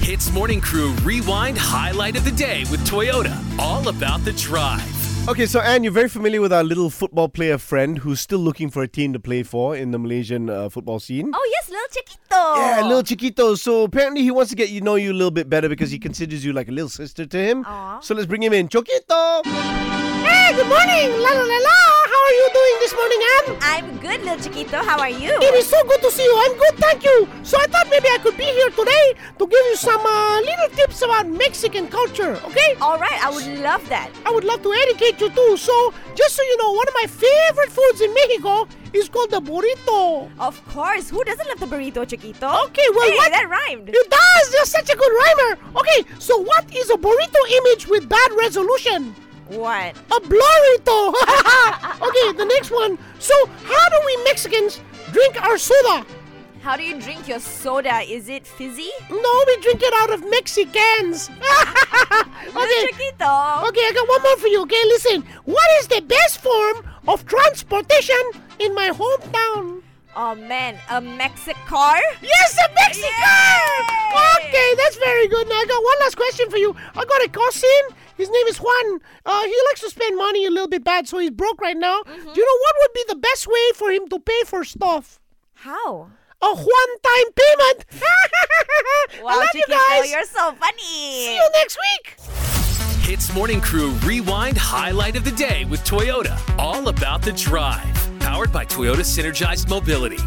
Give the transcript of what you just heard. Hits Morning Crew Rewind Highlight of the Day with Toyota. All about the drive. Okay, so Anne, you're very familiar with our little football player friend who's still looking for a team to play for in the Malaysian uh, football scene. Oh yes, little chiquito. Yeah, little Chiquito. So apparently he wants to get you know you a little bit better because he considers you like a little sister to him. Aw. So let's bring him in. Choquito! Hey, good morning, la la la la. How are you doing this morning, Anne? I'm good, little chiquito. How are you? It is so good to see you. I'm good, thank you. So I thought maybe I could be here today to give you some uh, little tips about Mexican culture, okay? All right, I would love that. I would love to educate you too. So just so you know, one of my favorite foods in Mexico is called the burrito. Of course, who doesn't love the burrito, chiquito? Okay, well, hey, what- that rhymed. It does. You're such a good rhymer. Okay, so what is a burrito image with bad resolution? What? A blurrito. okay, the next one. So how do we Mexicans drink our soda? How do you drink your soda? Is it fizzy? No, we drink it out of Mexicans. Little okay. chiquito. Okay, I got one more for you. Okay, listen. What is the best form of transportation in my hometown? Oh man, a Mexicar? Yes, a Mexican. Yay! Okay, that's very good. Now I got one last question for you. I got a cousin. His name is Juan. Uh, he likes to spend money a little bit bad, so he's broke right now. Do you know what would be the best way for him to pay for stuff? How? A one-time payment. I Wow, love you chiquito, guys. are so funny. See you next week. Hits Morning Crew Rewind Highlight of the Day with Toyota. All about the drive. Powered by Toyota Synergized Mobility.